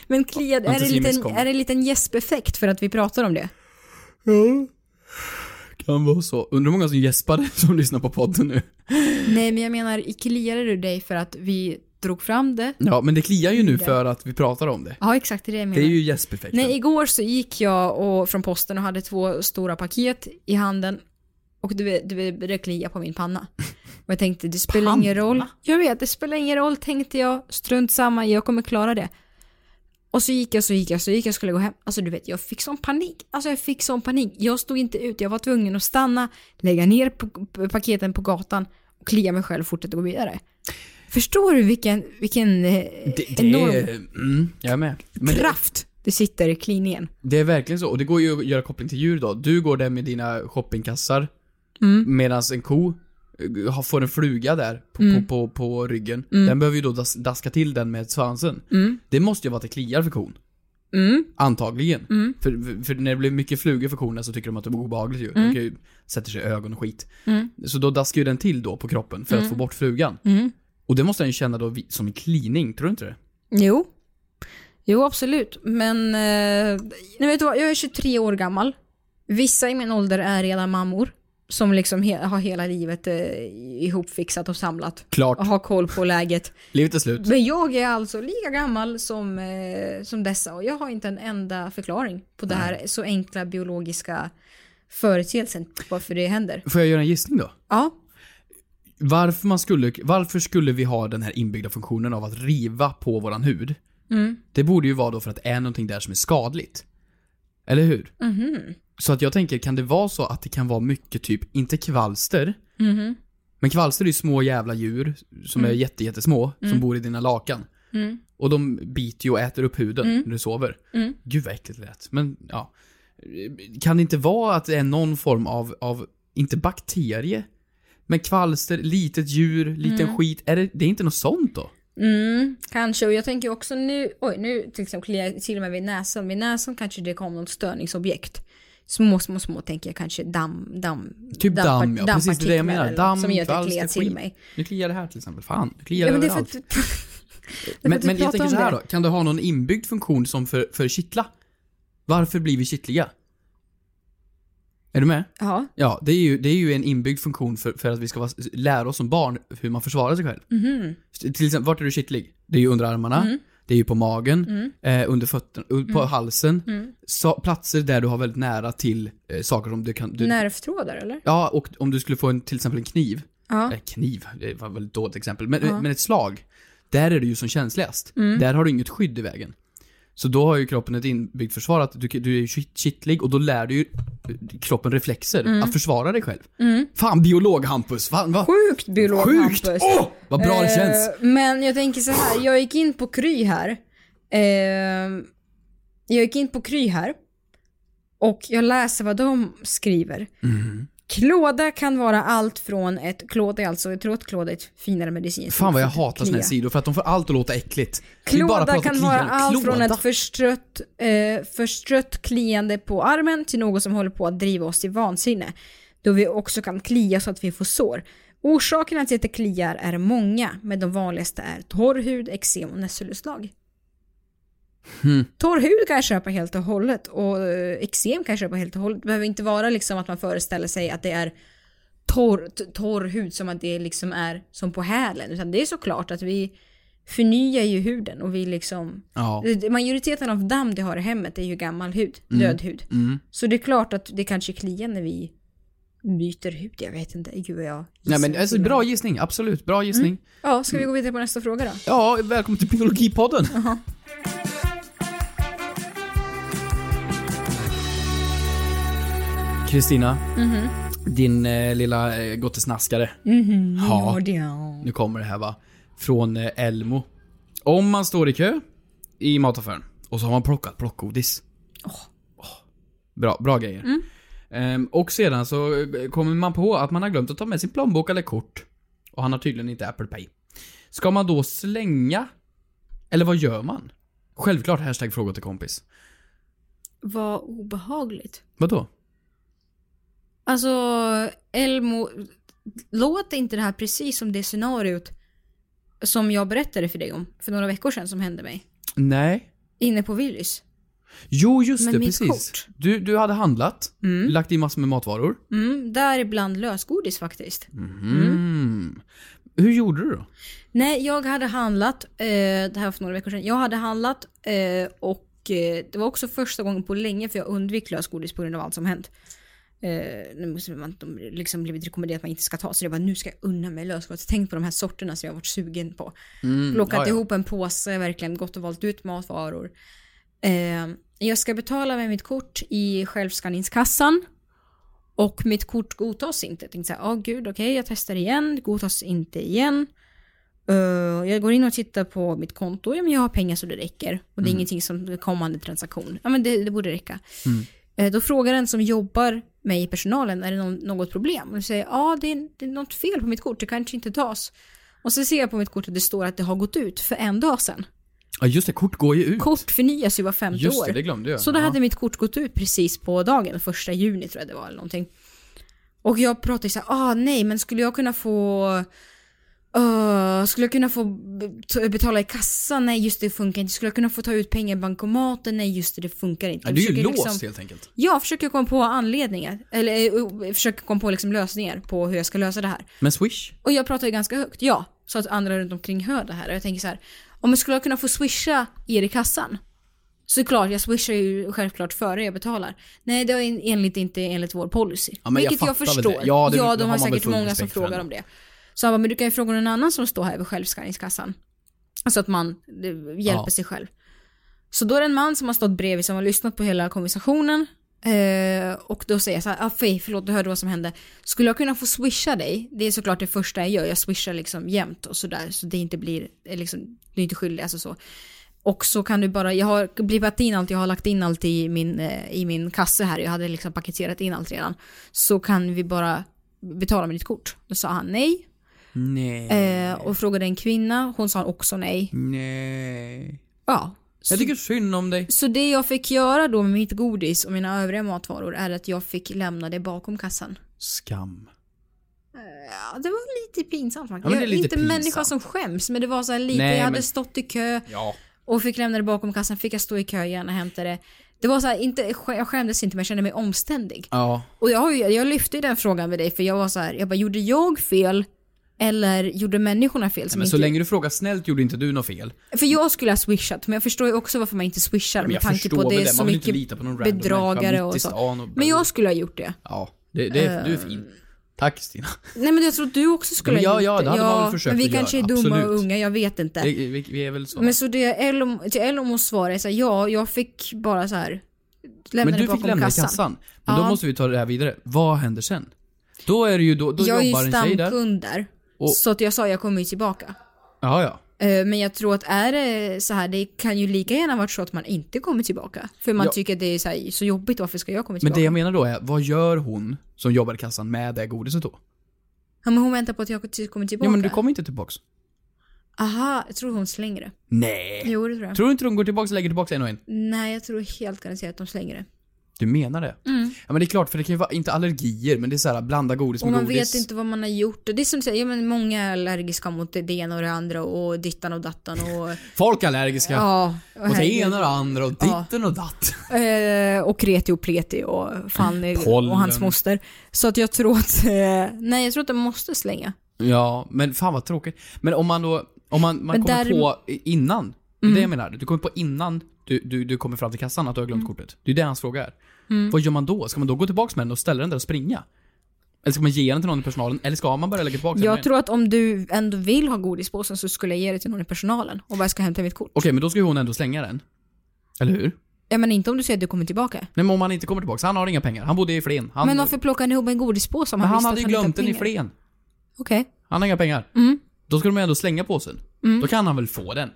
[SPEAKER 9] Men kliad, är det,
[SPEAKER 8] Antisemisk
[SPEAKER 9] liten,
[SPEAKER 8] kom.
[SPEAKER 9] är det en liten gäspeffekt för att vi pratar om det?
[SPEAKER 8] Ja. Kan vara så. Undrar hur många som gäspade <laughs> som lyssnar på podden nu.
[SPEAKER 9] Nej, men jag menar, kliade du dig för att vi drog fram det?
[SPEAKER 8] Ja, men det kliar ju nu
[SPEAKER 9] Det.
[SPEAKER 8] för att vi pratar om det.
[SPEAKER 9] Ja, exakt det är det jag menar.
[SPEAKER 8] Det är ju gäspeffekten.
[SPEAKER 9] Nej, igår så gick jag och, från posten och hade två stora paket i handen och du, du började klia på min panna. Och jag tänkte, det spelar ingen roll. Jag vet, det spelar ingen roll tänkte jag. Strunt samma, jag kommer klara det. Och så gick jag, så gick jag, så gick jag skulle gå hem. Alltså du vet, jag fick sån panik. Alltså jag fick sån panik. Jag stod inte ut, jag var tvungen att stanna, lägga ner p- p- paketen på gatan och klia mig själv och fortsätta gå vidare. Förstår du vilken, vilken eh,
[SPEAKER 8] Det, det
[SPEAKER 9] enorm
[SPEAKER 8] är... Mm, jag är med. Men det,
[SPEAKER 9] kraft det sitter i kliningen?
[SPEAKER 8] det är verkligen så. Och det går ju att göra koppling till djur då. Du går där med dina shoppingkassar.
[SPEAKER 9] Mm.
[SPEAKER 8] Medan en ko eh, har- får en fluga där på,
[SPEAKER 9] Mm.
[SPEAKER 8] på, på, på ryggen.
[SPEAKER 9] Mm.
[SPEAKER 8] Den behöver ju då das, daska till den med svansen.
[SPEAKER 9] Mm.
[SPEAKER 8] Det måste ju vara att det kliar för kon.
[SPEAKER 9] Mm.
[SPEAKER 8] Antagligen.
[SPEAKER 9] Mm.
[SPEAKER 8] För, för- för när det blir mycket flugor för korna så tycker de att det är obehagligt ju. De
[SPEAKER 9] Mm.
[SPEAKER 8] kan ju sätter sig i ögon och skit.
[SPEAKER 9] Mm.
[SPEAKER 8] Så då daskar ju den till då på kroppen för att
[SPEAKER 9] Mm.
[SPEAKER 8] få bort flugan.
[SPEAKER 9] Mm.
[SPEAKER 8] Och det måste den ju känna då vi- som en klining, tror du inte det?
[SPEAKER 9] Jo. Jo, absolut. Men, eh, nej, vet du vad? Jag är 23 år gammal. Vissa i min ålder är redan mammor. Som liksom he- har hela livet eh, ihopfixat och samlat.
[SPEAKER 8] Klart.
[SPEAKER 9] Och har koll på läget.
[SPEAKER 8] Livet är slut.
[SPEAKER 9] Men jag är alltså lika gammal som, eh, som dessa och jag har inte en enda förklaring på det här så enkla biologiska företeelsen. Varför det händer.
[SPEAKER 8] Får jag göra en gissning då?
[SPEAKER 9] Ja.
[SPEAKER 8] Varför, man skulle, varför skulle vi ha den här inbyggda funktionen av att riva på våran hud?
[SPEAKER 9] Mm.
[SPEAKER 8] Det borde ju vara då för att det är någonting där som är skadligt. Eller hur?
[SPEAKER 9] Mhm.
[SPEAKER 8] Så att jag tänker, kan det vara så att det kan vara mycket typ, inte kvalster,
[SPEAKER 9] Mhm.
[SPEAKER 8] men kvalster är ju små jävla djur som
[SPEAKER 9] Mm.
[SPEAKER 8] är jätte, jättesmå,
[SPEAKER 9] Mm.
[SPEAKER 8] som bor i dina lakan.
[SPEAKER 9] Mm.
[SPEAKER 8] Och de biter ju och äter upp huden
[SPEAKER 9] Mm.
[SPEAKER 8] när du sover.
[SPEAKER 9] Mm.
[SPEAKER 8] Gud vad äckligt det lät. Men ja. Kan det inte vara att det är någon form av, av inte bakterie, men kvalster, litet djur, liten
[SPEAKER 9] Mm.
[SPEAKER 8] skit. Är det, det är inte något sånt då?
[SPEAKER 9] Mm, kanske. Och jag tänker också nu, oj nu till exempel kliar jag till och med vid näsan. Vid näsan kanske det kom något störningsobjekt. Små, små, små tänker jag kanske damm, damm.
[SPEAKER 8] Typ damm,
[SPEAKER 9] dammpar-
[SPEAKER 8] ja. Precis det är det jag
[SPEAKER 9] dammpartiklar
[SPEAKER 8] menar.
[SPEAKER 9] eller
[SPEAKER 8] Damm,
[SPEAKER 9] något som gör att jag
[SPEAKER 8] kvalster,
[SPEAKER 9] kliar
[SPEAKER 8] skit.
[SPEAKER 9] till mig.
[SPEAKER 8] Nu kliar det här till exempel. Fan, nu kliar
[SPEAKER 9] Ja, men det är för
[SPEAKER 8] överallt.
[SPEAKER 9] att, <laughs> det är för
[SPEAKER 8] Men,
[SPEAKER 9] att vi
[SPEAKER 8] men jag
[SPEAKER 9] pratar
[SPEAKER 8] tänker
[SPEAKER 9] om
[SPEAKER 8] så här
[SPEAKER 9] det.
[SPEAKER 8] då, kan det ha någon inbyggd funktion som för, för kittla? Varför blir vi kittliga? Är du med?
[SPEAKER 9] Ja.
[SPEAKER 8] Ja, det är ju, det är ju en inbyggd funktion för, för att vi ska vara, lära oss som barn hur man försvarar sig själv.
[SPEAKER 9] Mhm.
[SPEAKER 8] Till exempel, vart är du kittlig? Det är ju under armarna,
[SPEAKER 9] Mm.
[SPEAKER 8] det är ju på magen,
[SPEAKER 9] Mm.
[SPEAKER 8] eh, under fötterna, u- på
[SPEAKER 9] Mm.
[SPEAKER 8] halsen.
[SPEAKER 9] Mm.
[SPEAKER 8] Sa, platser där du har väldigt nära till eh, saker som du kan... Du,
[SPEAKER 9] Nervtrådar eller?
[SPEAKER 8] Ja, och om du skulle få en, till exempel en kniv.
[SPEAKER 9] Ja.
[SPEAKER 8] Eh, kniv, det var väl ett dåligt exempel. Men,
[SPEAKER 9] Ja.
[SPEAKER 8] men ett slag. Där är du ju som känsligast.
[SPEAKER 9] Mm.
[SPEAKER 8] Där har du inget skydd i vägen. Så då har ju kroppen ett inbyggt försvar att du, du är ju kitt- kittlig och då lär du ju eh, kroppen reflexer
[SPEAKER 9] Mm.
[SPEAKER 8] att försvara dig själv.
[SPEAKER 9] Mm.
[SPEAKER 8] Fan, biolog Hampus! Fan, vad
[SPEAKER 9] Sjukt biolog
[SPEAKER 8] Sjukt!
[SPEAKER 9] Hampus.
[SPEAKER 8] Åh! vad bra det
[SPEAKER 9] Eh,
[SPEAKER 8] känns!
[SPEAKER 9] Men jag tänker så här, jag gick in på Kry här. Eh, jag gick in på Kry här. Och jag läser vad de skriver.
[SPEAKER 8] Mm.
[SPEAKER 9] Klåda kan vara allt från ett, klåda är alltså, jag tror att klåda är ett finare medicinskt
[SPEAKER 8] Fan vad jag
[SPEAKER 9] ord för att
[SPEAKER 8] hatar såna här
[SPEAKER 9] klia.
[SPEAKER 8] sidor för att de får allt att låta äckligt. Vi bara
[SPEAKER 9] Klåda
[SPEAKER 8] pratar
[SPEAKER 9] kan
[SPEAKER 8] kliar.
[SPEAKER 9] vara allt från
[SPEAKER 8] Klåda.
[SPEAKER 9] ett förstrött, eh, förstrött kliande på armen till något som håller på att driva oss till vansinne. Då vi också kan klia så att vi får sår. Orsakerna till att det kliar är många, men de vanligaste är torr hud, eksem och nässelutslag.
[SPEAKER 8] Hmm.
[SPEAKER 9] Torr hud kan jag köpa helt och hållet och eh, eksem kan jag köpa helt och hållet. Det behöver inte vara liksom att man föreställer sig att det är torr, t- torr hud som att det liksom är som på hälen. Utan det är såklart att vi förnyar ju huden och vi liksom...
[SPEAKER 8] Ja.
[SPEAKER 9] Eh, Majoriteten av damm det har i hemmet är ju gammal hud,
[SPEAKER 8] Mm.
[SPEAKER 9] död hud.
[SPEAKER 8] Mm.
[SPEAKER 9] Så det är klart att det kanske kliar när vi byter hud, jag vet inte. Gud vad jag
[SPEAKER 8] Nej men alltså, bra gissning, absolut. Bra gissning.
[SPEAKER 9] Ja, ska vi gå vidare på nästa fråga då?
[SPEAKER 8] Ja, välkommen till Biologipodden.
[SPEAKER 9] Jaha.
[SPEAKER 8] Kristina,
[SPEAKER 9] Mhm.
[SPEAKER 8] Din eh, lilla eh, gottesnaskare.
[SPEAKER 9] Mhm,
[SPEAKER 8] Ja.
[SPEAKER 9] ja, det är-
[SPEAKER 8] Nu kommer det här va. Från eh, Elmo. Om man står i kö i mataffären och så har man plockat plockgodis. Åh. Bra, bra grejer.
[SPEAKER 13] Mm.
[SPEAKER 8] Ehm, och sedan så eh, kommer man på att man har glömt att ta med sin plånbok eller kort. Och han har tydligen inte Apple Pay. Ska man då slänga? Eller vad gör man? Självklart hashtag fråga till kompis.
[SPEAKER 9] Vad obehagligt.
[SPEAKER 8] Vadå?
[SPEAKER 9] Alltså, Elmo, låter inte det här precis som det scenariot som jag berättade för dig om för några veckor sedan som hände mig?
[SPEAKER 8] Nej.
[SPEAKER 9] Inne på Willys.
[SPEAKER 8] Jo, just
[SPEAKER 9] Men
[SPEAKER 8] det,
[SPEAKER 9] mitt
[SPEAKER 8] precis. Du, du hade handlat, lagt i massor med matvaror.
[SPEAKER 9] Mm, däribland lösgodis faktiskt.
[SPEAKER 8] Mm. Hur gjorde du då?
[SPEAKER 9] Nej, jag hade handlat, eh, det här var för några veckor sedan, jag hade handlat eh, och eh, det var också första gången på länge för jag undvik lösgodis på grund av allt som hänt. Eh, nu måste man, de liksom blivit rekommenderat att man inte ska ta, så jag bara nu ska jag unna mig lösgodis. Tänk på de här sorterna som jag har varit sugen på.
[SPEAKER 14] Mm,
[SPEAKER 9] Plockat
[SPEAKER 14] ja, ja.
[SPEAKER 9] ihop en påse, verkligen gått och valt ut matvaror. Eh, jag ska betala med mitt kort i självskanningskassan. Och mitt kort godtas inte. Jag tänkte såhär, ja gud okej jag testar igen, godtas inte igen. Eh, jag går in och tittar på mitt konto, ja men jag har pengar så det räcker. Och det är
[SPEAKER 14] Mm.
[SPEAKER 9] ingenting som kommande transaktion. Ja men det, det borde räcka.
[SPEAKER 8] Mm.
[SPEAKER 9] Eh, Då frågar den som jobbar med i personalen, är det någon, något problem? Och då säger jag, ja det är, det är något fel på mitt kort, det kanske inte tas. Och så ser jag på mitt kort att det står att det har gått ut för en dag sedan.
[SPEAKER 8] Ja, just det, kort går ju ut.
[SPEAKER 9] Kort förnyas ju var femte
[SPEAKER 8] Just
[SPEAKER 9] år.
[SPEAKER 8] det, det glömde jag.
[SPEAKER 9] Så då
[SPEAKER 8] Ja.
[SPEAKER 9] hade mitt kort gått ut precis på dagen, första juni tror jag det var eller någonting. Och jag pratade så här, ah nej men skulle jag kunna få eh, skulle jag kunna få bet- betala i kassan? Nej just det, det funkar inte. Skulle jag kunna få ta ut pengar i bankomaten? Nej just det, det funkar inte.
[SPEAKER 8] Ja, det är ju
[SPEAKER 9] Försöker
[SPEAKER 8] låst
[SPEAKER 9] liksom-
[SPEAKER 8] helt enkelt.
[SPEAKER 9] jag försöker komma på anledningar, eller eh, eh, försöker komma på liksom lösningar på hur jag ska lösa det här.
[SPEAKER 8] Men Swish?
[SPEAKER 9] Och jag pratar ju ganska högt, ja. Så att andra runt omkring hör det här. Och jag tänker så här, om jag skulle kunna få swisha er i kassan. Så klart, jag swishar ju självklart före jag betalar. Nej, det är en- enligt, inte enligt vår policy.
[SPEAKER 8] Ja, men jag
[SPEAKER 9] Vilket jag,
[SPEAKER 8] fattar väl det.
[SPEAKER 9] förstår.
[SPEAKER 8] Ja, det har
[SPEAKER 9] de har
[SPEAKER 8] man väl
[SPEAKER 9] säkert
[SPEAKER 8] full
[SPEAKER 9] många som
[SPEAKER 8] respekt för
[SPEAKER 9] frågar
[SPEAKER 8] ändå.
[SPEAKER 9] om det. Så han bara, men du kan ju fråga någon annan som står här vid självskanningskassan. Alltså att man eh, hjälper
[SPEAKER 14] Ja.
[SPEAKER 9] sig själv. Så då är det en man som har stått bredvid som har lyssnat på hela konversationen. Eh, och då säger jag så här, ah, fej, förlåt du hörde vad som hände. Skulle jag kunna få swisha dig? Det är såklart det första jag gör, jag swishar liksom jämt och sådär så det inte blir, eh, liksom, du är inte skyldig, alltså så. Och så kan du bara, jag har blippat in allt, jag har lagt in allt i min, eh, i min kasse här, jag hade liksom paketerat in allt redan. Så kan vi bara betala med ditt kort. Då sa han nej.
[SPEAKER 8] Nej.
[SPEAKER 9] Eh, och frågade en kvinna, hon sa också nej.
[SPEAKER 8] Nej.
[SPEAKER 9] Ja.
[SPEAKER 8] Jag tycker synd om dig.
[SPEAKER 9] Så det jag fick göra då med mitt godis och mina övriga matvaror är att jag fick lämna det bakom kassan.
[SPEAKER 8] Skam.
[SPEAKER 9] Ja, det var lite pinsamt faktiskt.
[SPEAKER 8] Ja, men det är
[SPEAKER 9] jag
[SPEAKER 8] lite
[SPEAKER 9] inte människa
[SPEAKER 8] pinsamt.
[SPEAKER 9] som skäms, men det var så här lite,
[SPEAKER 8] Nej,
[SPEAKER 9] jag hade
[SPEAKER 8] men-
[SPEAKER 9] stått i kö
[SPEAKER 8] Ja.
[SPEAKER 9] och fick lämna det bakom kassan, fick jag stå i kö igen och hämta det. Det var så här, inte, jag skämdes inte men jag kände mig omständig.
[SPEAKER 8] Ja.
[SPEAKER 9] Och jag, har ju- jag lyfte ju den frågan med dig för jag var så här, jag bara, gjorde jag fel? Eller gjorde människorna fel?
[SPEAKER 8] Nej,
[SPEAKER 9] Som
[SPEAKER 8] men så
[SPEAKER 9] inte...
[SPEAKER 8] länge du frågar snällt gjorde inte du något fel.
[SPEAKER 9] För jag skulle ha swishat, men jag förstår ju också varför man inte swishar
[SPEAKER 8] men
[SPEAKER 9] med
[SPEAKER 8] jag
[SPEAKER 9] tanke
[SPEAKER 8] förstår
[SPEAKER 9] på det
[SPEAKER 8] väl
[SPEAKER 9] är
[SPEAKER 8] det.
[SPEAKER 9] så
[SPEAKER 8] Man vill inte lita
[SPEAKER 9] mycket
[SPEAKER 8] på någon random
[SPEAKER 9] bedragare
[SPEAKER 8] människa mitt i
[SPEAKER 9] och
[SPEAKER 8] stan
[SPEAKER 9] så.
[SPEAKER 8] och-
[SPEAKER 9] Men jag skulle ha gjort det.
[SPEAKER 8] Ja, det, det, du är
[SPEAKER 9] Eh.
[SPEAKER 8] fin. Tack Stina.
[SPEAKER 9] Nej men jag tror att du också skulle
[SPEAKER 8] Men ja,
[SPEAKER 9] ha gjort
[SPEAKER 8] ja, det hade man väl försökt
[SPEAKER 9] Men vi
[SPEAKER 8] att
[SPEAKER 9] kanske
[SPEAKER 8] göra,
[SPEAKER 9] är dumma
[SPEAKER 8] absolut.
[SPEAKER 9] och unga, jag vet inte.
[SPEAKER 8] Vi, vi, vi är väl så.
[SPEAKER 9] Men så det Elmo, till Elmos svar är så här, ja, jag fick bara så här lämna
[SPEAKER 8] Men
[SPEAKER 9] det
[SPEAKER 8] du
[SPEAKER 9] bakom
[SPEAKER 8] fick lämna
[SPEAKER 9] kassan.
[SPEAKER 8] kassan. Men då
[SPEAKER 9] Ja.
[SPEAKER 8] måste vi ta det här vidare. Vad händer sen? Då är det ju, då, då
[SPEAKER 9] jag är
[SPEAKER 8] jobbar
[SPEAKER 9] ju
[SPEAKER 8] en tjej där.
[SPEAKER 9] stamkund där.
[SPEAKER 8] Och-
[SPEAKER 9] Så att jag sa, jag kommer ju tillbaka.
[SPEAKER 8] Ja, ja.
[SPEAKER 9] Eh, Men jag tror att är det så här, det kan ju lika gärna varit så att man inte kommer tillbaka. För man
[SPEAKER 8] Ja.
[SPEAKER 9] tycker att det är så, här, så jobbigt, varför ska jag komma
[SPEAKER 8] Men
[SPEAKER 9] tillbaka?
[SPEAKER 8] det jag menar då är, vad gör hon som jobbar i kassan med det godiset då?
[SPEAKER 9] Ja, men hon väntar på att jag kommer tillbaka.
[SPEAKER 8] Ja, men du kommer inte tillbaks.
[SPEAKER 9] Aha, jag tror hon slänger det.
[SPEAKER 8] Nej.
[SPEAKER 9] Jo, det tror jag.
[SPEAKER 8] Tror du inte de går tillbaks och lägger tillbaks en och en?
[SPEAKER 9] Nej, jag tror helt garanterat att de slänger det.
[SPEAKER 8] Du menar det?
[SPEAKER 9] Mm.
[SPEAKER 8] Ja men det är klart, för det kan ju vara, inte allergier, men det är så här blanda godis
[SPEAKER 9] Och
[SPEAKER 8] med
[SPEAKER 9] man
[SPEAKER 8] godis.
[SPEAKER 9] vet inte vad man har gjort. Det är som du säger, ja, men många är allergiska mot det ena och det andra och dittan och dattan och...
[SPEAKER 8] <laughs> Folk är allergiska.
[SPEAKER 9] Ja, och
[SPEAKER 8] och det
[SPEAKER 9] herregud.
[SPEAKER 8] ena och det andra och
[SPEAKER 9] Ja.
[SPEAKER 8] ditten och datt. <laughs>
[SPEAKER 9] eh, och Kreti och Pleti och Fanny
[SPEAKER 8] Pollen.
[SPEAKER 9] och hans moster. Så att jag tror att... Eh, nej, jag tror att de måste slänga.
[SPEAKER 8] Ja, men fan vad tråkigt. Men om man då, om man, man
[SPEAKER 9] Men Mm.
[SPEAKER 8] kommer
[SPEAKER 9] där-
[SPEAKER 8] på innan. Det är det jag menar. Du kommer på innan du, du, du kommer fram till kassan att du har glömt kortet. Det är det hans fråga är.
[SPEAKER 9] Mm.
[SPEAKER 8] Vad gör man då? Ska man då gå tillbaks med den och ställa den där och springa? Eller ska man ge den till någon i personalen? Eller ska man bara lägga tillbaka den?
[SPEAKER 9] Jag tror att om du ändå vill ha godispåsen så skulle jag ge det till någon i personalen och bara ska hämta mitt kort.
[SPEAKER 8] Okej, men då ska ju hon ändå slänga den. Eller hur?
[SPEAKER 9] Ja, Jag menar inte om du säger att du kommer tillbaka.
[SPEAKER 8] Nej men om han inte kommer tillbaka, så han har inga pengar. Han bodde i Flen. Han,
[SPEAKER 9] men varför plockar han ihop en godispåse om
[SPEAKER 8] Men
[SPEAKER 9] han,
[SPEAKER 8] han
[SPEAKER 9] visste
[SPEAKER 8] hade
[SPEAKER 9] att
[SPEAKER 8] ju
[SPEAKER 9] han inte
[SPEAKER 8] glömt den
[SPEAKER 9] hade
[SPEAKER 8] i
[SPEAKER 9] pengar?
[SPEAKER 8] Flen.
[SPEAKER 9] Okej.
[SPEAKER 8] Han har inga pengar.
[SPEAKER 9] Mm.
[SPEAKER 8] Då ska de ändå slänga påsen.
[SPEAKER 9] Mm.
[SPEAKER 8] Då kan han väl få den?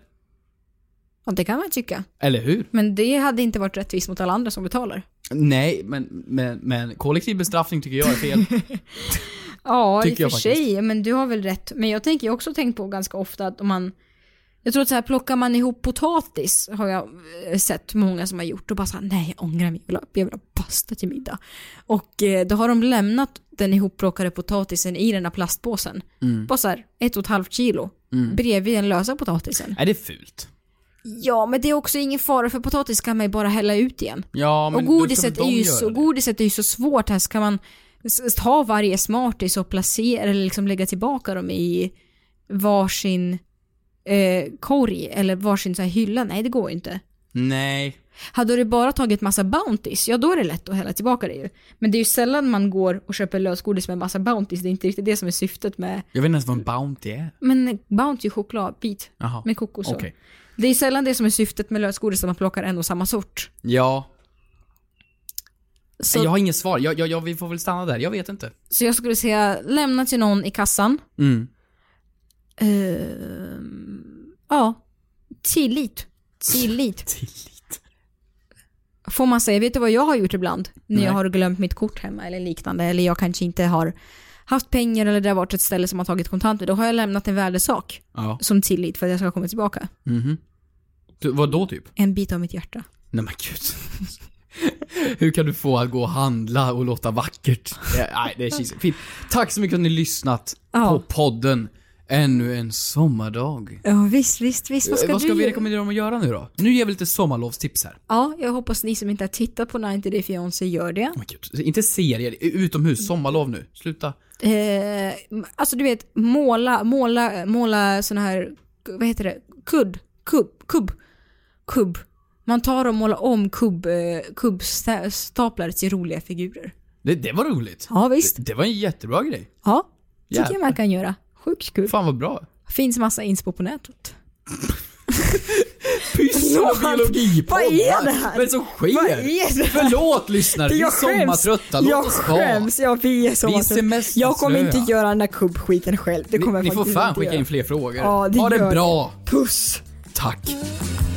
[SPEAKER 9] Ja, det kan man tycka.
[SPEAKER 8] Eller hur?
[SPEAKER 9] Men det hade inte varit rättvist mot alla andra som betalar.
[SPEAKER 8] Nej, men, men, men kollektiv bestraffning tycker jag är
[SPEAKER 9] <laughs>
[SPEAKER 8] fel.
[SPEAKER 9] Ja, i och
[SPEAKER 8] Tycker
[SPEAKER 9] för
[SPEAKER 8] jag faktiskt.
[SPEAKER 9] sig. Men du har väl rätt. Men jag tänker ju också tänkt på ganska ofta att om man... Jag tror att så här, plockar man ihop potatis har jag eh, sett många som har gjort och bara så här, nej jag ångrar mig, jag vill ha, jag vill ha pasta till middag. Och eh, då har de lämnat den ihopplockade potatisen i den här plastpåsen.
[SPEAKER 8] Mm.
[SPEAKER 9] Bara så här, ett och ett halvt kilo.
[SPEAKER 8] Mm.
[SPEAKER 9] Bredvid den lösa potatisen.
[SPEAKER 8] Är det är fult?
[SPEAKER 9] Ja, men det är också ingen fara för potatis kan man ju bara hälla ut igen.
[SPEAKER 8] Ja, men
[SPEAKER 9] och,
[SPEAKER 8] då ska
[SPEAKER 9] godiset
[SPEAKER 8] väl de
[SPEAKER 9] är ju
[SPEAKER 8] göra
[SPEAKER 9] så,
[SPEAKER 8] det.
[SPEAKER 9] godiset är ju så svårt här, så kan man s- ta varje smartis och placera, eller liksom lägga tillbaka dem i varsin eh, korg eller varsin så här hylla? Nej, det går ju inte.
[SPEAKER 8] Nej.
[SPEAKER 9] Hade du bara tagit massa Bounties, ja då är det lätt att hälla tillbaka det ju. Men det är ju sällan man går och köper lösgodis med massa Bounties, det är inte riktigt det som är syftet med...
[SPEAKER 8] Jag vet inte ens vad en Bounty är.
[SPEAKER 9] Men Bounty är chokladbit
[SPEAKER 8] Jaha.
[SPEAKER 9] med kokos och.
[SPEAKER 8] Okej.
[SPEAKER 9] Det är sällan det som är syftet med lösgodis, att man plockar en och samma sort.
[SPEAKER 8] Ja.
[SPEAKER 9] Så-
[SPEAKER 8] Nej, Jag har inget svar. Jag, jag, jag, vi får väl stanna där. Jag vet inte.
[SPEAKER 9] Så jag skulle säga lämna till någon i kassan.
[SPEAKER 8] Mm.
[SPEAKER 9] Ehm, ja, tillit.
[SPEAKER 8] <laughs>
[SPEAKER 9] Tillit. Får man säga, vet du vad jag har gjort ibland? När
[SPEAKER 15] Nej.
[SPEAKER 9] jag har glömt mitt kort hemma eller liknande. Eller jag kanske inte har haft pengar eller det har varit ett ställe som har tagit kontanter. Då har jag lämnat en värdesak
[SPEAKER 8] Ja.
[SPEAKER 9] som tillit för att jag ska komma tillbaka.
[SPEAKER 8] Mhm. Du, vad då typ?
[SPEAKER 9] En bit av mitt hjärta.
[SPEAKER 8] Nej men gud. Hur kan du få att gå och handla och låta vackert? Det- Nej, det är cheesy. Fint. Tack så mycket för att ni har lyssnat
[SPEAKER 9] Ja.
[SPEAKER 8] på podden. Ännu en sommardag.
[SPEAKER 9] Ja, visst, visst, visst. Vad ska,
[SPEAKER 8] Eh, Vad ska
[SPEAKER 9] du
[SPEAKER 8] vi
[SPEAKER 9] göra?
[SPEAKER 8] rekommendera dem att göra nu då? Nu ger vi lite sommarlovstips här. Oh
[SPEAKER 9] Ja, jag hoppas ni som inte har tittat på 90 Day Fiancé gör det.
[SPEAKER 8] Inte serier, utomhus, sommarlov nu. Sluta.
[SPEAKER 9] Eh, alltså du vet, måla, måla, måla såna här, vad heter det, kudd, kubb, kubb, kubb. Man tar och målar om kubb, eh, kubbstaplar till roliga figurer.
[SPEAKER 8] Det, det var roligt.
[SPEAKER 9] Ja, visst.
[SPEAKER 8] Det, det var en jättebra grej.
[SPEAKER 9] Ja, tycker
[SPEAKER 8] Jävlar.
[SPEAKER 9] jag man kan göra. Sjukt kul.
[SPEAKER 8] Fan vad bra.
[SPEAKER 9] Finns massa inspo på nätet.
[SPEAKER 8] Pyssla med biologi
[SPEAKER 9] Vad är det här?
[SPEAKER 8] Vad är det som sker?
[SPEAKER 9] Vad <laughs> är det här?
[SPEAKER 8] Förlåt lyssnare, vi är
[SPEAKER 9] Jag skäms.
[SPEAKER 8] sommartrötta. Låt
[SPEAKER 9] jag
[SPEAKER 8] oss vara.
[SPEAKER 9] skäms, ja vi är sommartrötta.
[SPEAKER 8] semesterslöa.
[SPEAKER 9] Jag kommer inte göra den här kubbskiten själv. Det kommer
[SPEAKER 8] Ni
[SPEAKER 9] jag
[SPEAKER 8] får
[SPEAKER 9] faktiskt
[SPEAKER 8] fan
[SPEAKER 9] inte
[SPEAKER 8] skicka
[SPEAKER 9] göra.
[SPEAKER 8] in fler frågor.
[SPEAKER 9] Ja, det
[SPEAKER 8] ha det
[SPEAKER 9] gör
[SPEAKER 8] bra.
[SPEAKER 9] Puss.
[SPEAKER 8] Tack.